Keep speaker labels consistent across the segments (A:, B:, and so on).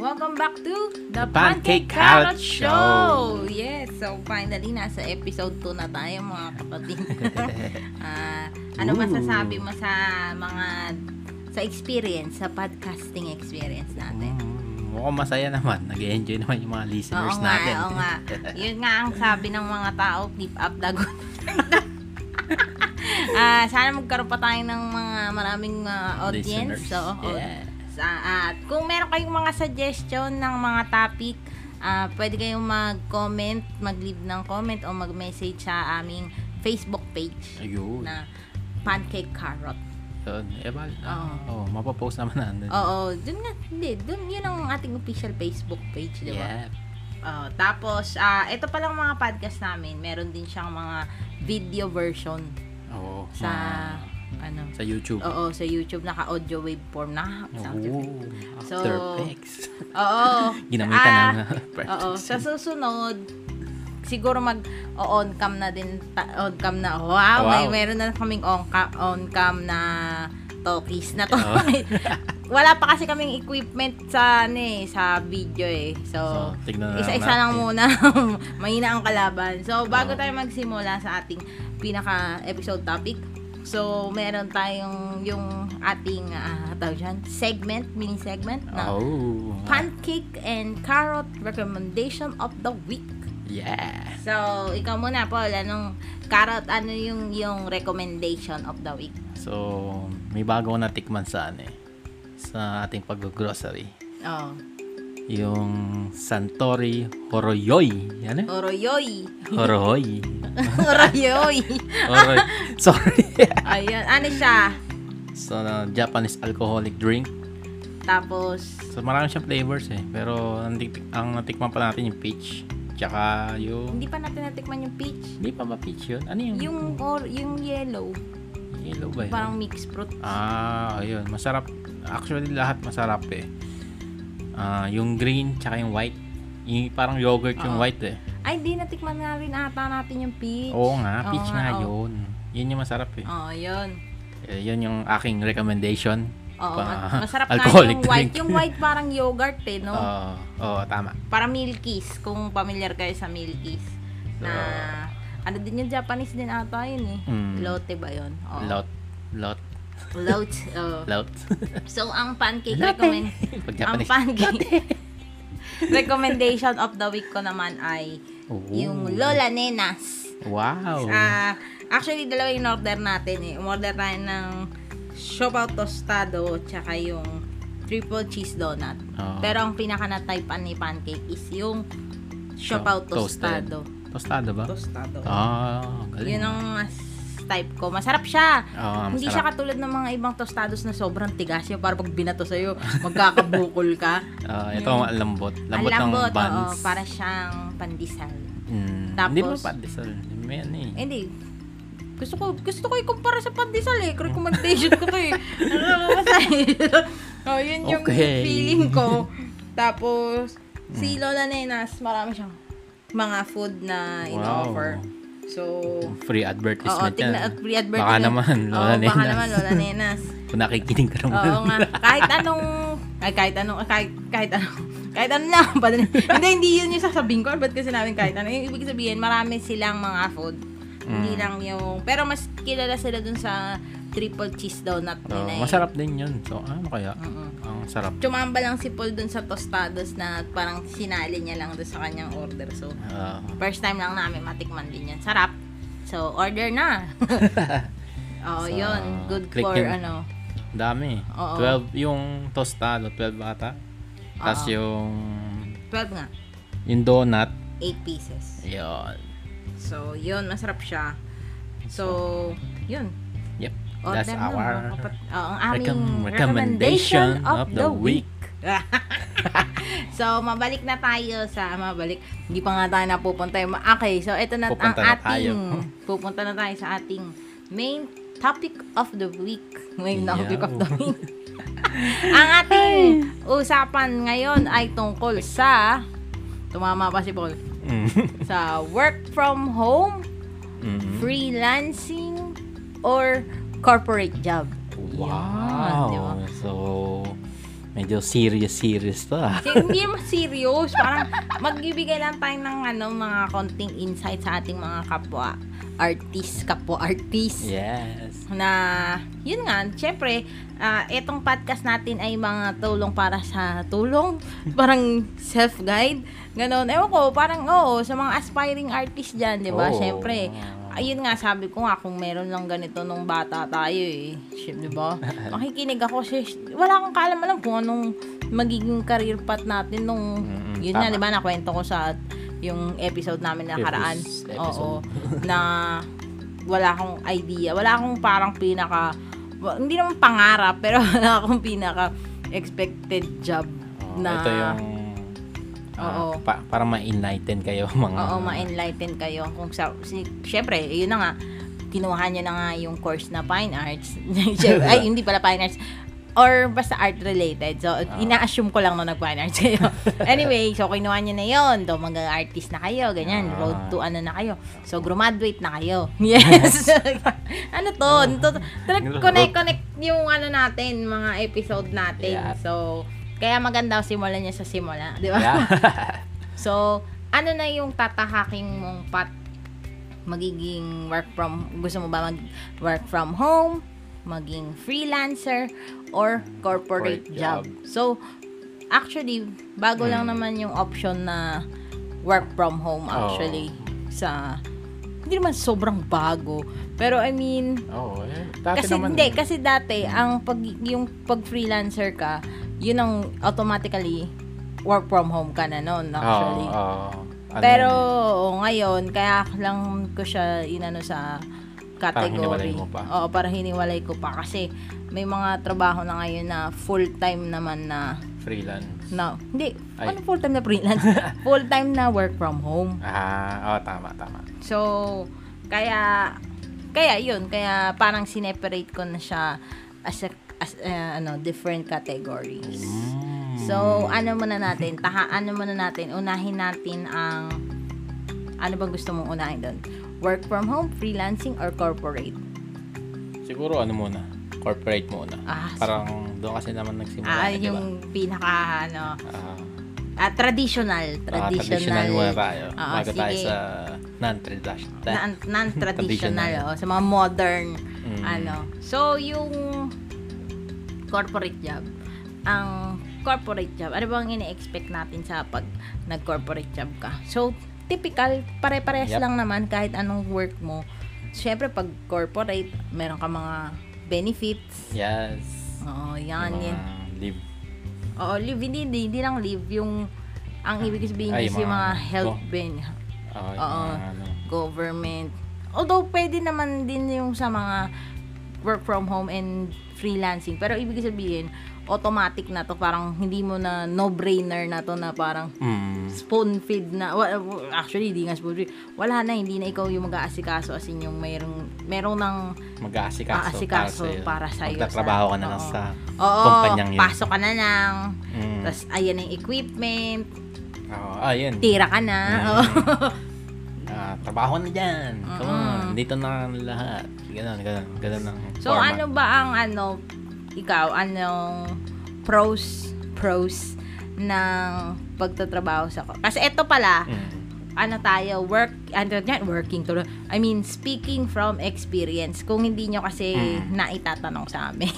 A: welcome back to The
B: Pancake
A: Pancake Carrot
B: Carrot
A: Show! Yes, so finally, nasa episode 2 na tayo mga kapatid. Ah, ano
B: Ooh.
A: masasabi mo sa mga sa experience, sa podcasting experience natin?
B: Mm, mukhang masaya naman. Nag-enjoy naman yung mga listeners
A: oo nga,
B: natin.
A: oo nga. Yun nga ang sabi ng mga tao, keep up the good work. Ah, sana magkaroon pa tayo ng mga maraming ah, audience.
B: Listeners.
A: So, oo.
B: Yeah.
A: Sa- at kung meron kayong mga suggestion ng mga topic, ah, pwede kayong mag-comment, mag-leave ng comment o mag-message sa aming Facebook page
B: Ayun.
A: na Pancake Carrot.
B: Yun. Eh, bal.
A: Oo. Oh,
B: Oh, mapapost naman natin.
A: Oo, dun nga, hindi, dun, yun ang ating official Facebook page, di ba?
B: yeah.
A: Oh, tapos, ah, ito palang mga podcast namin, meron din siyang mga video version
B: Oo.
A: sa,
B: Oh, mga-
A: ano,
B: sa YouTube.
A: oo, sa YouTube, naka-audio waveform, naka-sound
B: Oo.
A: effect. So,
B: After Effects.
A: Oo.
B: Ginamitan
A: Ah,
B: ng
A: Oo, sa susunod, siguro mag on cam na din on cam na wow,
B: Wow.
A: may meron na kaming on cam on cam na talkies na to
B: Oo.
A: wala pa kasi kaming equipment sa ano eh, sa video eh
B: So,
A: so,
B: tignan na
A: isa-isa lang
B: natin.
A: muna mahina ang kalaban so bago
B: Oo.
A: tayo magsimula sa ating pinaka episode topic so meron tayong yung ating ah, tawag dyan, segment mini segment na
B: Oh.
A: pancake and carrot recommendation of the week.
B: Yeah.
A: So, ikaw muna, Paul. Anong carrot, ano yung, yung recommendation of the week?
B: So, may bago na natikman sa ano eh. Sa ating pag-grocery.
A: Oh,
B: Yung Santori Horoyoy. Ano?
A: oroyoy.
B: Horoy.
A: oroyoy.
B: Horoy. Sorry.
A: Ayun, ano siya?
B: So, uh, Japanese alcoholic drink.
A: Tapos,
B: So, marami siyang flavors eh. Pero, ang, tik- ang natikman pa natin yung peach. Tsaka yung...
A: hindi pa natin natikman yung peach.
B: Hindi pa ba peach yun? Ano yung...
A: Yung, or, yung yellow,
B: Yellow ba yun?
A: parang mixed fruit.
B: Ah, ayun. Masarap. Actually, lahat masarap eh. Ah, yung green, tsaka yung white. Yung parang yogurt yung
A: Oo.
B: white eh.
A: Ay, hindi natikman na rin ata natin yung peach.
B: Oo nga, peach
A: Oo
B: nga
A: oo.
B: yun. Yun yung masarap eh.
A: Oo, yun.
B: Eh, yun yung aking recommendation.
A: Oo, ma-
B: Pa-
A: masarap nga
B: alcoholic
A: yung white.
B: drink. Ah.
A: Yung white parang yogurt eh, no?
B: Oo, oo, tama.
A: para Milkies, kung familiar kayo sa Milkies. Na, ano din yung Japanese din ata yun eh.
B: Ah. Mm.
A: Lotte ba yun? Oh. Oo.
B: Lot. Lot.
A: Lotte. oo.
B: Lot.
A: So, ang pancake
B: Lotte.
A: recommend...
B: Pag
A: ang
B: Japanese.
A: pancake... recommendation of the week ko naman ay
B: Oo.
A: yung Lola Nenas.
B: Wow.
A: Ah, actually, dalawa yung order natin eh. Umorder tayo ng Shopaw Tostado tsaka yung triple cheese donut.
B: Oo.
A: Pero ang pinaka na type ni pancake is yung Shopaw
B: Ah, Toasted.
A: Tostado.
B: Tostado ba?
A: Tostado.
B: Ah, galing.
A: Yun ang mas type ko. Masarap siya.
B: Oo,
A: Hindi siya
B: Ah, masarap.
A: katulad ng mga ibang tostados na sobrang tigas yun. Para pag binato sa'yo, magkakabukol ka.
B: Ah, ito ang lambot.
A: Mm.
B: Lambot,
A: ang lambot,
B: ng buns.
A: oo, para siyang pandesal.
B: Mm,
A: Tapos-
B: Hindi mo pandesal. May ano eh.
A: Eh, Hindi. Gusto ko, gusto ko ikumpara sa pandesal eh. Recommendation ko to eh. Nakakasaya. oh, yun yung
B: Okay. Hmm.
A: feeling ko. Tapos, si Lola Nenas, marami siyang mga food na in-offer. So,
B: Free
A: Oo,
B: advertisement yan.
A: tignan at pre-advertisement.
B: Baka naman, Lola
A: Oo,
B: Nenas.
A: Baka naman, Lola Nenas.
B: Kung nakikinig ka naman.
A: Oo nga. Kahit anong, ay kahit anong, kahit, kahit anong, kahit ano lang. Ba't- hindi, hindi yun yung sasabihin ko. Ba't kasi namin kahit ano. Yung ibig sabihin, marami silang mga food.
B: Mm.
A: Hindi lang yung, pero mas kilala sila dun sa triple cheese donut
B: So,
A: nila. eh.
B: masarap din yun. So, ano kaya?
A: Mm-mm.
B: Ang sarap.
A: Tumamba lang si Paul dun sa tostados na parang sinali niya lang dun sa kanyang order. So,
B: Ah,
A: First time lang namin matikman din yan. Sarap. So, order na. oh,
B: So,
A: yun. Good
B: click
A: for,
B: yun.
A: ano.
B: dami.
A: Oo.
B: 12 yung tostado, 12 ata. Tapos yung
A: 12 nga.
B: yung donut,
A: 8 pieces.
B: yun.
A: So, yun. Masarap siya. So, yun.
B: Yep.
A: Order
B: That's
A: na, mga
B: our
A: kapat- oh, ang aming
B: recom-
A: recommendation
B: recommendation
A: of,
B: of
A: the
B: the
A: week. so, mabalik na tayo sa, mabalik, hindi pa nga tayo napupunta yung, ma- okay, so ito na ang
B: Pupunta na
A: ating,
B: tayo.
A: pupunta na tayo sa ating main topic of the week. Main
B: Yaw.
A: topic of the week. ang ating usapan ngayon ay tungkol sa, tumama pa si Paul,
B: Mm.
A: Mm-hmm. sa work from home
B: Mm.
A: freelancing or corporate job.
B: Wow.
A: Yun, di ba?
B: So, Medyo serious serious to ah.
A: Kasi hindi mas serious. Parang magbibigay lang tayo ng ano, mga konting insight sa ating mga kapwa artist, kapwa artist.
B: Yes.
A: na yun nga, syempre, ah, etong podcast natin ay mga tulong para sa tulong, parang self-guide, ganon. Ewan ko, parang oo, sa mga aspiring artist dyan, di ba?
B: Oo.
A: Syempre, ayun nga, sabi ko nga, kung meron lang ganito nung bata tayo eh, syempre, di ba? Makikinig ako, sis, wala akong kaalam-alam kung anong magiging career path natin nung,
B: Mm-mm,
A: yun
B: tama.
A: nga, di ba, nakwento ko sa yung episode namin na nakaraan.
B: Epis-
A: Oo.
B: episode.
A: na wala akong idea. Wala akong parang pinaka, wa- hindi naman pangarap, pero wala akong pinaka expected job
B: Oh,
A: na,
B: ito yung
A: Oo.
B: ah, pa- para ma-enlighten kayo mga
A: oo, ma-enlighten kayo. Kung sa, si, syempre, yun na nga, kinuha niya na nga yung course na fine arts. Syempre, Ay, hindi pala fine arts. Or basta art related. So,
B: Ah.
A: ina-assume ko lang na nag-fine arts kayo. anyway, so kinuha niya na yun. Do, mga artist na kayo, ganyan.
B: Ah.
A: Road to ano na kayo. So, graduate na kayo. Yes! ano to? to
B: Ah. Road-
A: connect-connect yung ano natin, mga episode natin.
B: Yeah.
A: So, kaya maganda simulan niya sa simula. Di ba?
B: Yeah.
A: So, ano na yung tatahaking mong pat magiging work from gusto mo ba mag work from home, maging freelancer or corporate,
B: Corporate
A: job.
B: job. Hmm.
A: So, actually bago lang naman yung option na work from home actually sa hindi naman sobrang bago. Pero I mean,
B: Oo, eh. Dati
A: kasi
B: naman,
A: hindi, kasi dati ang pag yung pag freelancer ka, yun ang automatically work from home ka na noon actually.
B: Oo, oo. Ano
A: Pero
B: yun
A: oo, ngayon kaya lang ko siya inano sa
B: Parang
A: category.
B: hiniwalay mo pa.
A: Oo, para hiniwalay ko pa kasi may mga trabaho na ngayon na full-time naman na
B: eh? freelance.
A: na hindi
B: Ay.
A: ano full-time na freelance, full-time na work from home.
B: Ah, oh, tama, tama.
A: So, kaya, kaya yun, kaya parang sineperate ko na siya as a, as a, ano, different categories.
B: Mm.
A: So, ano muna natin, taha, ano muna natin, unahin natin ang, ano bang gusto mong unahin doon? Work from home, freelancing, or corporate?
B: Siguro ano muna, corporate muna.
A: Ah,
B: Parang doon kasi naman nagsimula.
A: Ah,
B: eh, di ba?
A: yung pinaka, ano,
B: Ah,
A: ah, traditional,
B: baka
A: traditional,
B: traditional muna tayo.
A: Oo,
B: Maga tayo
A: sige.
B: sa non-traditional.
A: na,
B: Traditional.
A: non-traditional, oh, sa mga modern,
B: Mm.
A: ano. So, yung corporate job, ang corporate job, ano bang ini-expect natin sa pag nag-corporate job ka? So, typical, pare-parehas
B: Yep.
A: lang naman kahit anong work mo. Siyempre, pag corporate, meron ka mga benefits.
B: Yes.
A: Oo, yan,
B: Yung
A: yan.
B: mga Leave.
A: Oo, leave, hindi, hindi, hindi lang leave. Yung, ang ibig sabihin
B: Ay,
A: is yung
B: mga-
A: mga health
B: oh.
A: benefits
B: Oo, yung
A: Oo.
B: mga ano.
A: government. Although, pwede naman din yung sa mga work from home and freelancing. Pero ibig sabihin, automatic na to. Parang hindi mo na no-brainer na to na parang
B: Mm.
A: spoon-feed na. wa- wa- Actually, hindi nga spoon-feed. Wala na, hindi na ikaw yung mag-aasikaso. As in, yung mayroong, merong ng
B: Mag-aasikaso,
A: Aasikaso para sa'yo.
B: Magtatrabaho ka na lang
A: Oo.
B: sa
A: oo,
B: kumpanyang yun.
A: pasok ka na lang.
B: Mm.
A: Tapos, ayan ang equipment.
B: Oo, ah, yun.
A: Tira ka na.
B: Mm.
A: oo.
B: Ah, trabaho na dyan. Come on.
A: Mm-mm.
B: Dito na ang lahat. Ganun, ganun. Ganun ang
A: So
B: format.
A: ano ba ang ano ikaw anong pros pros ng pagtatrabaho sa ko? Kasi ito pala
B: Mm.
A: ano tayo work ano yan working tuloy. I mean speaking from experience kung hindi nyo kasi
B: Mm.
A: naitatanong sa amin.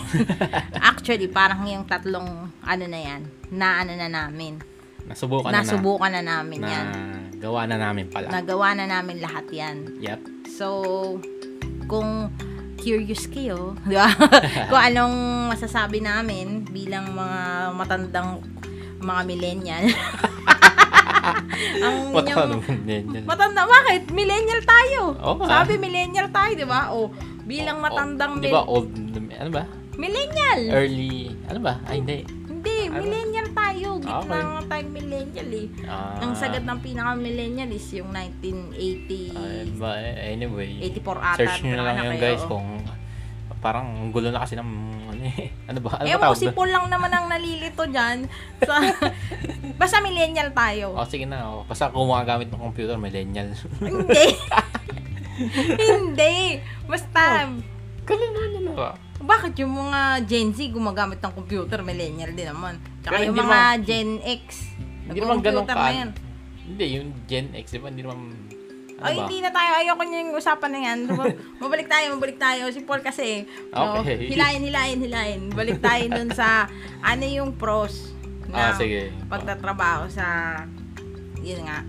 A: Actually parang yung tatlong ano na yan na ano na namin.
B: Nasubukan na
A: Nasubukan na, namin
B: na,
A: yan.
B: gawa na namin pala.
A: Nagawa na namin lahat yan.
B: yep.
A: So, kung curious kayo, di ba? kung anong masasabi namin bilang mga matandang mga millennial. ang
B: Patanong
A: inyong,
B: din yan.
A: matanda, bakit? Millennial tayo.
B: Oo nga.
A: Sabi millennial tayo, di ba? O, bilang matandang
B: oh,
A: mil-
B: Di ba old, ano ba?
A: millennial.
B: Early, ano ba? Ay, hindi.
A: Hindi,
B: Ano? Ah,
A: millennial tayo. Gitna
B: Okay.
A: nga tayong millennial eh.
B: Ah,
A: Ang sagad ng pinaka-millennial is yung 1980.
B: ayun ba? Eh, anyway.
A: 84 ata,
B: Search nyo na lang
A: ano
B: yun,
A: kayo,
B: guys,
A: oo.
B: kung parang ang gulo na kasi ng ano eh. Ano ba? Ano ba
A: Ewan ko
B: tawag
A: si
B: doon?
A: Paul lang naman ang nalilito dyan. Sa, basta millennial tayo.
B: Oh, sige na. Oh. Basta kung gumagamit ng computer, millennial. Oh.
A: Hindi. Hindi. Basta,
B: Kaluluwa na lang ah.
A: Bakit yung mga Gen Z gumagamit ng computer? Millennial din naman. Tsaka
B: Pero
A: yung
B: hindi
A: mga
B: naman-
A: Gen X.
B: Hindi naman ganun
A: nagko-computer
B: ka.
A: na yan.
B: Hindi, yung Gen X, di ba? Hindi naman... Ano
A: Ay,
B: ba?
A: hindi na tayo. Ayoko niya yung usapan na yan. Mab- Mabalik tayo, mabalik tayo. Si Paul kasi, no,
B: Okay.
A: hilayin, hilayin, hilayin. Balik tayo dun sa ano yung pros ng
B: Ah, sige.
A: pagtatrabaho sa, yun nga.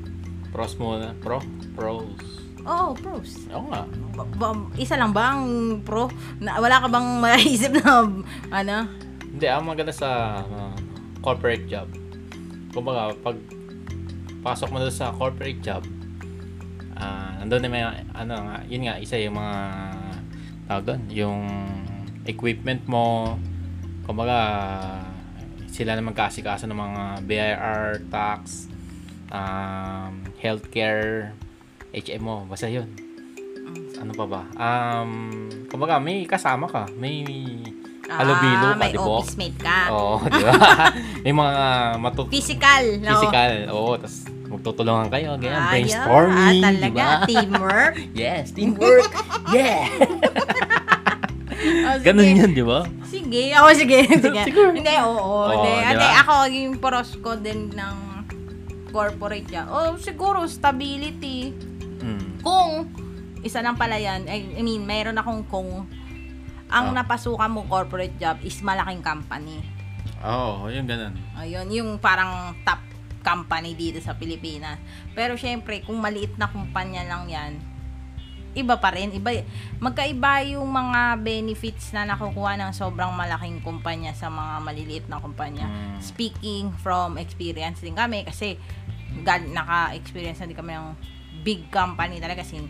B: Pros muna. Pro? Pros.
A: Oh, pros.
B: Oo nga.
A: Ba- ba- isa lang ba ang pro? Na, wala ka bang maisip na ano?
B: Hindi, ang maganda sa ah, corporate job. Kumbaga, pag pasok mo doon sa corporate job, ah nandun na may, ano nga, yun nga, isa yung mga, tawag doon, yung equipment mo, kumbaga, sila na magkasikaso ng mga BIR, tax, um, healthcare, HMO, basta yun.
A: Mm.
B: Ano pa ba? Um, kumbaga, may kasama ka, may
A: Ah,
B: halubilo ka,
A: may
B: di ba?
A: office mate ka.
B: Oo, di ba? May mga matut
A: Physical. no?
B: physical. Oo, tas magtutulungan kayo, ganyan,
A: Ah, yun.
B: brainstorming,
A: Ah,
B: di
A: talaga.
B: ba?
A: Teamwork.
B: Yes, teamwork. yeah.
A: Oh, sige.
B: Ganun 'yan, di ba?
A: Sige. Ako, sige. sige.
B: Siguro.
A: Hindi, oo.
B: Oo,
A: hindi.
B: di ba?
A: Hindi, ako, yung pros ko din ng corporate niya. Oh, siguro, stability.
B: Mm.
A: Kung, isa lang pala yan. I I mean, mayroon akong kung ang
B: Ah.
A: napasukan mo corporate job is malaking company.
B: Oo, oh, yung ganun.
A: Ayun, yung parang top company dito sa Pilipinas. Pero syempre, kung maliit na kumpanya lang yan, iba pa rin. Iba, magkaiba yung mga benefits na nakukuha ng sobrang malaking kumpanya sa mga maliliit na kumpanya.
B: Mm.
A: Speaking from experience din kami kasi gal- naka-experience na din kami ng big company talaga. Kasi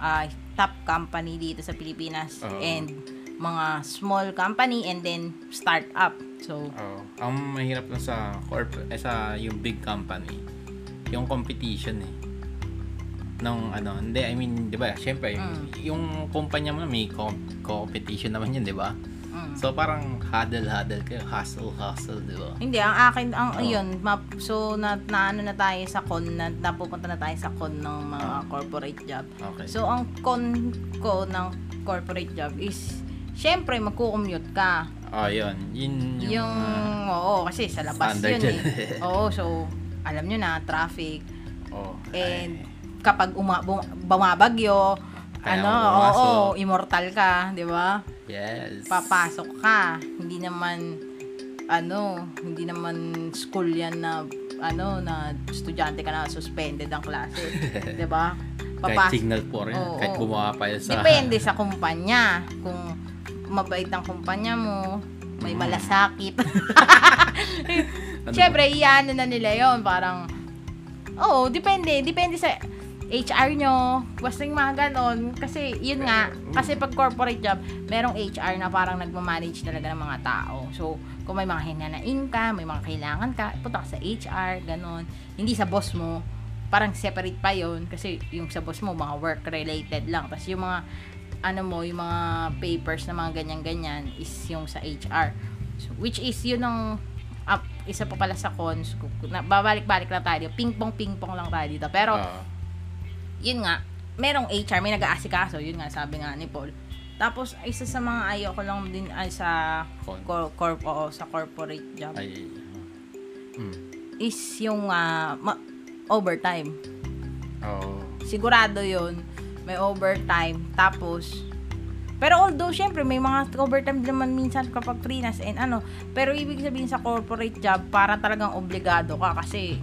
A: ah, top company dito sa Pilipinas
B: Oo.
A: and mga small company and then start up. So,
B: Oo. Oh, Ang mahirap lang sa corp eh, sa yung big company, yung competition eh. Nung ano, hindi, I mean, di ba, syempre, yung,
A: Mm.
B: yung kumpanya mo na may com- competition naman yun, di ba?
A: mm.
B: So, parang huddle-huddle kayo, hustle-hustle, di ba?
A: Hindi, ang akin, ang
B: Oo.
A: yun, map, so na, naano na tayo sa con, na, napupunta na tayo sa con ng mga
B: Ah.
A: corporate job.
B: Okay.
A: So, ang con ko ng corporate job is, syempre, magko-commute ka.
B: Ah, yun. Yun ah,
A: Yung, oo, kasi sa labas
B: standard
A: yun
B: yun.
A: eh. oo, so, alam nyo na, traffic.
B: oh,
A: And, kapag uma, bum- bumabagyo,
B: Kaya
A: ano,
B: ako
A: oo,
B: pumasok.
A: immortal ka, di ba?
B: yes.
A: papasok ka, hindi naman ano, hindi naman school yan na ano na estudyante ka na suspended ang klase, 'di ba?
B: Kahit
A: Papasok.
B: signal po rin.
A: Oo,
B: kahit
A: oo.
B: gumawa pa yun sa...
A: Depende sa kumpanya. Kung mabait ang kumpanya mo, may
B: Mm.
A: malasakit.
B: Ano
A: Siyempre, iyan na nila yon Parang, oo, depende. Depende sa HR nyo. Basta yung mga ganon. Kasi, yun nga. Kasi pag corporate job, merong HR na parang nagmamanage talaga ng mga tao. So, kung may mga hinanain ka, may mga kailangan ka, punta ka sa HR, ganon. Hindi sa boss mo. Parang separate pa yon Kasi yung sa boss mo, mga work-related lang. Tapos yung mga, ano mo, yung mga papers na mga ganyan-ganyan is yung sa HR. So, which is, yun ang up, Ah, isa pa pala sa cons, kung- na, babalik-balik lang tayo, ping-pong-ping-pong lang tayo dito. Pero,
B: Oo.
A: yun nga, merong HR, may nag-aasikaso, yun nga, sabi nga ni Paul. Tapos, isa sa mga ayoko lang din ay sa
B: Con.
A: cor- corp, oo, sa corporate job
B: ay, ano. mm.
A: is yung ah, ma- overtime.
B: Oo.
A: Sigurado yun, may overtime. Tapos, pero although, syempre, may mga overtime din naman minsan kapag freelance and ano. Pero ibig sabihin sa corporate job, para talagang obligado ka kasi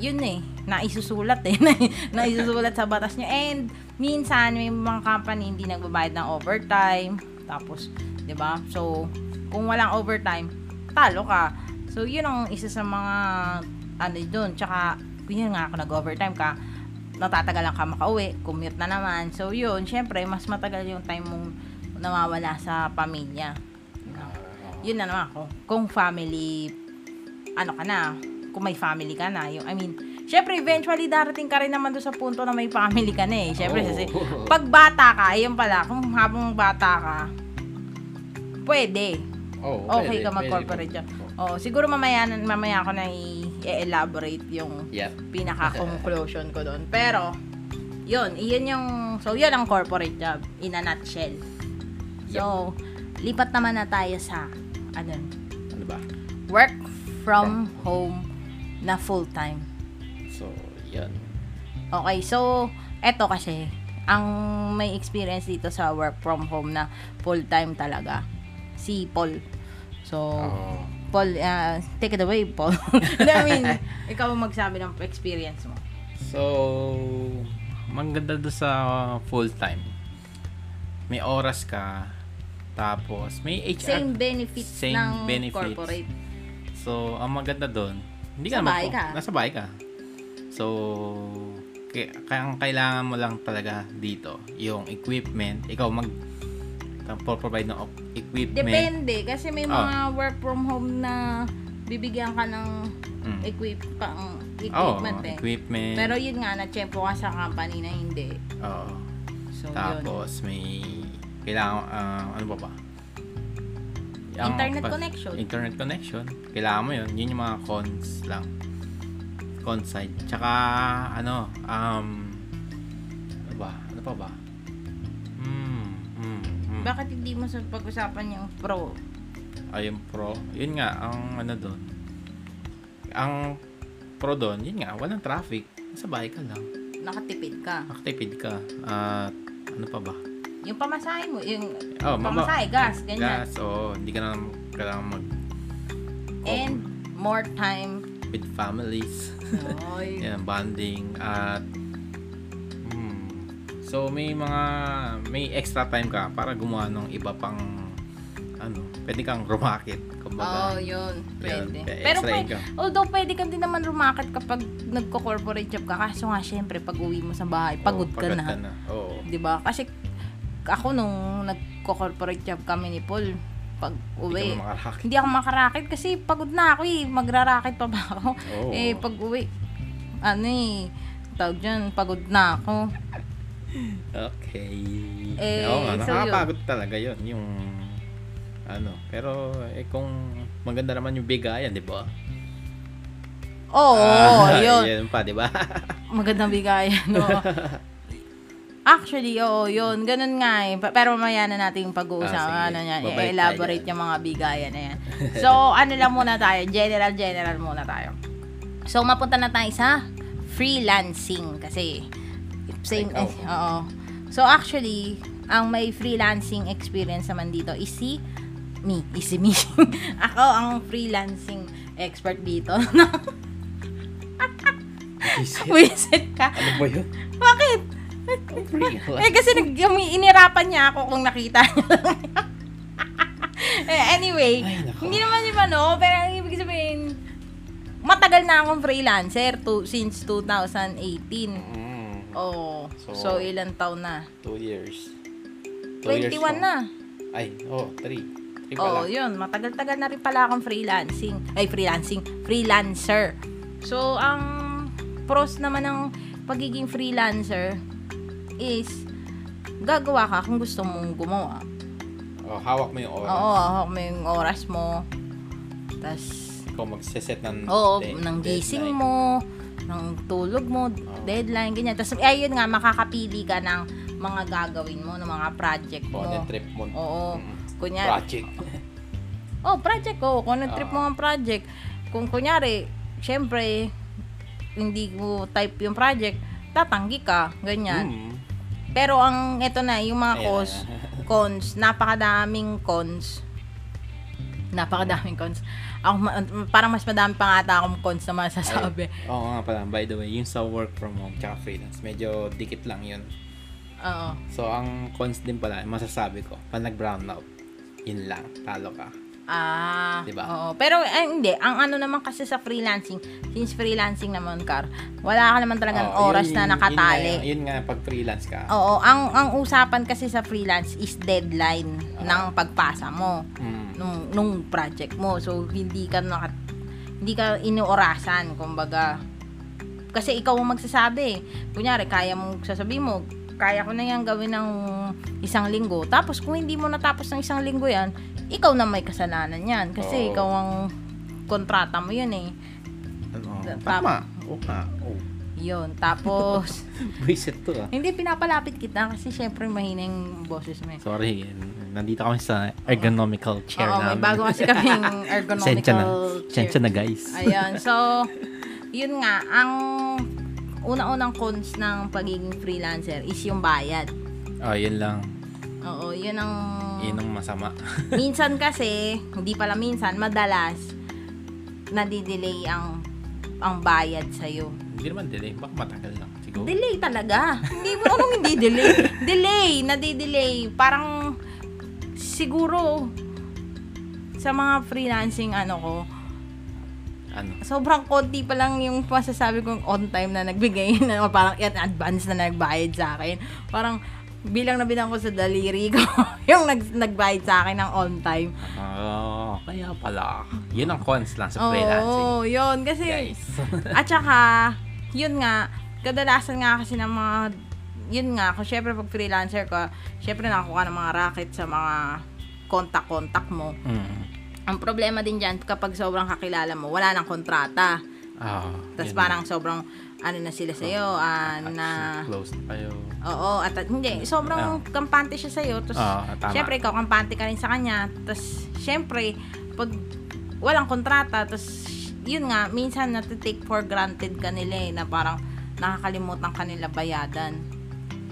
A: yun eh, naisusulat eh, naisusulat sa batas nyo. And minsan, may mga company hindi nagbabayad ng overtime. Tapos, di ba? So, kung walang overtime, talo ka. So, yun ang isa sa mga ano doon. Tsaka, yun nga, kung nag-overtime ka, natatagalan ka makauwi, commute na naman. So, yun, syempre, mas matagal yung time mong nawawala sa pamilya.
B: Ah,
A: Yun na naman ako. Kung family, ano ka na, kung may family ka na, yung, I mean, syempre, eventually, darating ka rin naman doon sa punto na may family ka na eh. Syempre,
B: Oo.
A: kasi, pag bata ka, ayun pala, kung habang bata ka, pwede.
B: Oo,
A: Okay
B: ah, pwede,
A: ka
B: pwede.
A: mag-corporate job. Oh, siguro mamaya, mamaya ako na i-elaborate yung
B: Yeah.
A: pinaka-conclusion ko doon. Pero, yun, iyon yung, so yun ang corporate job in a nutshell. So, lipat naman na tayo sa ano,
B: Ano ba?
A: work from home na full-time.
B: So, yan.
A: Okay, so, eto kasi, ang may experience dito sa work from home na full-time talaga, si Paul. So,
B: Oo.
A: Paul, ah, take it away, Paul. I mean, ikaw ang magsabi ng experience mo.
B: So, maganda do sa full time. May oras ka, tapos may HR.
A: Same benefits
B: Same
A: ng
B: benefits.
A: corporate.
B: So, ang maganda doon, hindi ka
A: Sa bahay
B: magpo-
A: ka.
B: Nasa bahay ka. So, kaya, kaya ang kailangan mo lang talaga dito, yung equipment, ikaw mag provide ng op- equipment.
A: Depende, kasi may
B: Oh.
A: mga work from home na bibigyan ka ng
B: Mm.
A: equip, pang
B: Oo,
A: equipment eh.
B: equipment.
A: Pero yun nga, na-chepo ka sa company na hindi.
B: Oo.
A: So, yun.
B: tapos may kailangan ah, ano pa ba? Ang
A: Internet
B: pag-
A: connection.
B: Internet connection. Kailangan mo 'yun. 'Yun yung mga cons lang. Cons side. Tsaka ano, um ano ba? Ano pa ba? Hmm. Hmm. hmm.
A: Bakit hindi mo sa pag-usapan yung pro?
B: Ah, yung pro. Yun nga ang ano doon. Ang pro doon, yun nga, walang traffic. Sa bahay ka lang.
A: Nakatipid ka.
B: Activate ka. At ano pa ba?
A: Yung pamasahe mo, yung
B: Oh, mama-
A: pamasahe, gas, ganyan.
B: Gas, oo. hindi ka na kailangan mag Oh.
A: And more time.
B: with families.
A: Oy.
B: Yan, bonding. At, hmm, so may mga, may extra time ka para gumawa ng iba pang, ano, pwede kang rumakit.
A: Oh,
B: Kumbaga,
A: yun. Pwede.
B: Yan,
A: Pero
B: extra
A: pwede,
B: income.
A: although pwede ka din naman rumakit kapag nagko-corporate job ka. Kaso nga, syempre, pag uwi mo sa bahay, pagod,
B: Oo,
A: ka, na.
B: Oo.
A: Di ba? Kasi ako nung nagko-corporate job kami ni Paul, pag
B: Hindi
A: uwi,
B: ka makarakit.
A: hindi ako makarakit kasi pagod na ako eh. Magrarakit pa ba ako?
B: Oo.
A: Eh, pag uwi, ano eh, tawag dyan, pagod na ako.
B: Okay.
A: Eh,
B: Oo nga,
A: so yun.
B: nakakapagod talaga yun, yung, ano, pero, eh, kung maganda naman yung bigayan, di ba?
A: Oo,
B: Ah,
A: yun.
B: Yan pa, di ba?
A: Magandang bigayan, no? Actually, oo, yun. Ganun nga eh. Pa- Pero mamaya na natin yung
B: Ah, sige.
A: pag-uusapan. ano yan,
B: Babalik
A: i-elaborate
B: tayo.
A: yung mga bigayan na yan. So, ano lang muna tayo. General, general muna tayo. So, mapunta na tayo sa freelancing kasi same eh,
B: Ikaw.
A: oo.
B: oh.
A: So, actually, ang may freelancing experience naman dito is si me, is si me. Ako ang freelancing expert dito. Wisit ka.
B: ano ba yun?
A: Bakit? Eh, kasi nag, umi- inirapan niya ako kung nakita niya. Eh, anyway,
B: Ay, nako.
A: hindi naman yung ano, pero ang ibig sabihin, matagal na akong freelancer to, since 2018.
B: Mm,
A: Oh, so,
B: So,
A: ilang taon na?
B: two years. Two years
A: 21
B: ko.
A: na.
B: Ay, oh, three. Three
A: Oo,
B: pala.
A: yun. Matagal-tagal na rin pala akong freelancing. Ay, freelancing. Freelancer. So, ang pros naman ng pagiging freelancer is gagawa ka kung gusto mong gumawa.
B: Oh, hawak mo yung oras.
A: Oo, hawak mo yung oras mo. Tapos,
B: Ikaw magsiset ng
A: oo,
B: de-
A: ng gising
B: deadline.
A: mo, ng tulog mo, deadline, ganyan. Tapos, ayun nga, makakapili ka ng mga gagawin mo, ng mga project
B: O,
A: mo.
B: ano yung trip mo.
A: Oo.
B: Mm.
A: Kunyari,
B: Project. Ah.
A: Oh, project ko. Kung anong trip mo ang project. Kung kunyari, syempre, hindi mo type yung project, tatanggi ka. Ganyan.
B: Mm.
A: Pero ang ito na, yung mga
B: Ayan.
A: cons, cons, napakadaming cons. Napakadaming cons. Ako, ma- parang mas madami pa nga ata akong cons na masasabi.
B: Ay, Oo nga pala. By the way, yung sa work from home tsaka freelance, medyo dikit lang yun.
A: Oo.
B: So, ang cons din pala, masasabi ko, pag nag-brown out, yun lang, talo ka.
A: Ah,
B: Diba?
A: oo. Pero eh, hindi, ang ano naman kasi sa freelancing, since freelancing naman, Kar, wala ka naman talagang
B: Oo,
A: oras
B: Oh, yun-
A: na nakatali.
B: Yun nga, yun nga, pag freelance ka.
A: Oo, ang ang usapan kasi sa freelance is deadline
B: Ah.
A: ng pagpasa mo
B: Mm.
A: nung nung project mo. So hindi ka naka, hindi ka inoorasan kumbaga. Kasi ikaw ang magsasabi. eh. Kunyari, kaya mong sasabihin mo, kaya ko na yan gawin ng isang linggo. Tapos kung hindi mo natapos ng isang linggo yan, ikaw na may kasalanan yan. Kasi
B: Oo.
A: ikaw ang kontrata mo yun eh.
B: Ano,
A: Tap-
B: tama. Oo nga. Oo.
A: Yun. Tapos,
B: Visit to ah.
A: hindi pinapalapit kita kasi syempre mahina yung boses mo eh.
B: Sorry, nandito kami sa ergonomical chair
A: Oo, may
B: namin.
A: bago kasi kaming
B: Sensya na.
A: ergonomical chair.
B: Sensya na, guys.
A: Ayun. So, yun nga, ang una-unang cons ng pagiging freelancer is yung bayad.
B: Oh, yun lang.
A: Oo, yun ang...
B: Yun ang masama.
A: minsan kasi, hindi pala minsan, madalas, nadidelay ang ang bayad sa'yo.
B: Hindi naman delay. Baka matagal lang. Siguro.
A: Delay talaga. hindi mo anong hindi delay. Delay, nadidelay. Parang siguro sa mga freelancing ano ko,
B: ano?
A: sobrang konti pa lang yung masasabi kong on time na nagbigay na o parang yan advance na nagbayad sa akin. Parang bilang na bilang ko sa daliri ko yung nag, nagbayad sa akin ng on time.
B: Oh, kaya pala. Yun ang cons lang sa freelancing.
A: Oo, yun. Kasi,
B: Guys.
A: At saka, yun nga, kadalasan nga kasi ng mga, yun nga, kung syempre pag freelancer ka, syempre nakakuha ng mga racket sa mga kontak-kontak mo.
B: mm.
A: Ang problema din dyan, kapag sobrang kakilala mo, wala nang kontrata.
B: Ah,
A: Tapos
B: yun. Oh,
A: parang sobrang, ano na sila sa'yo, ah,
B: At
A: na...
B: Close na kayo.
A: Oo, at at- hindi, sobrang kampante siya sa'yo. Tapos,
B: Ah, tama.
A: syempre, ikaw kampante ka rin sa kanya. Tapos, syempre, pag walang kontrata, tapos, yun nga, minsan natitake for granted ka nila eh, na parang nakakalimutan ka nila bayadan.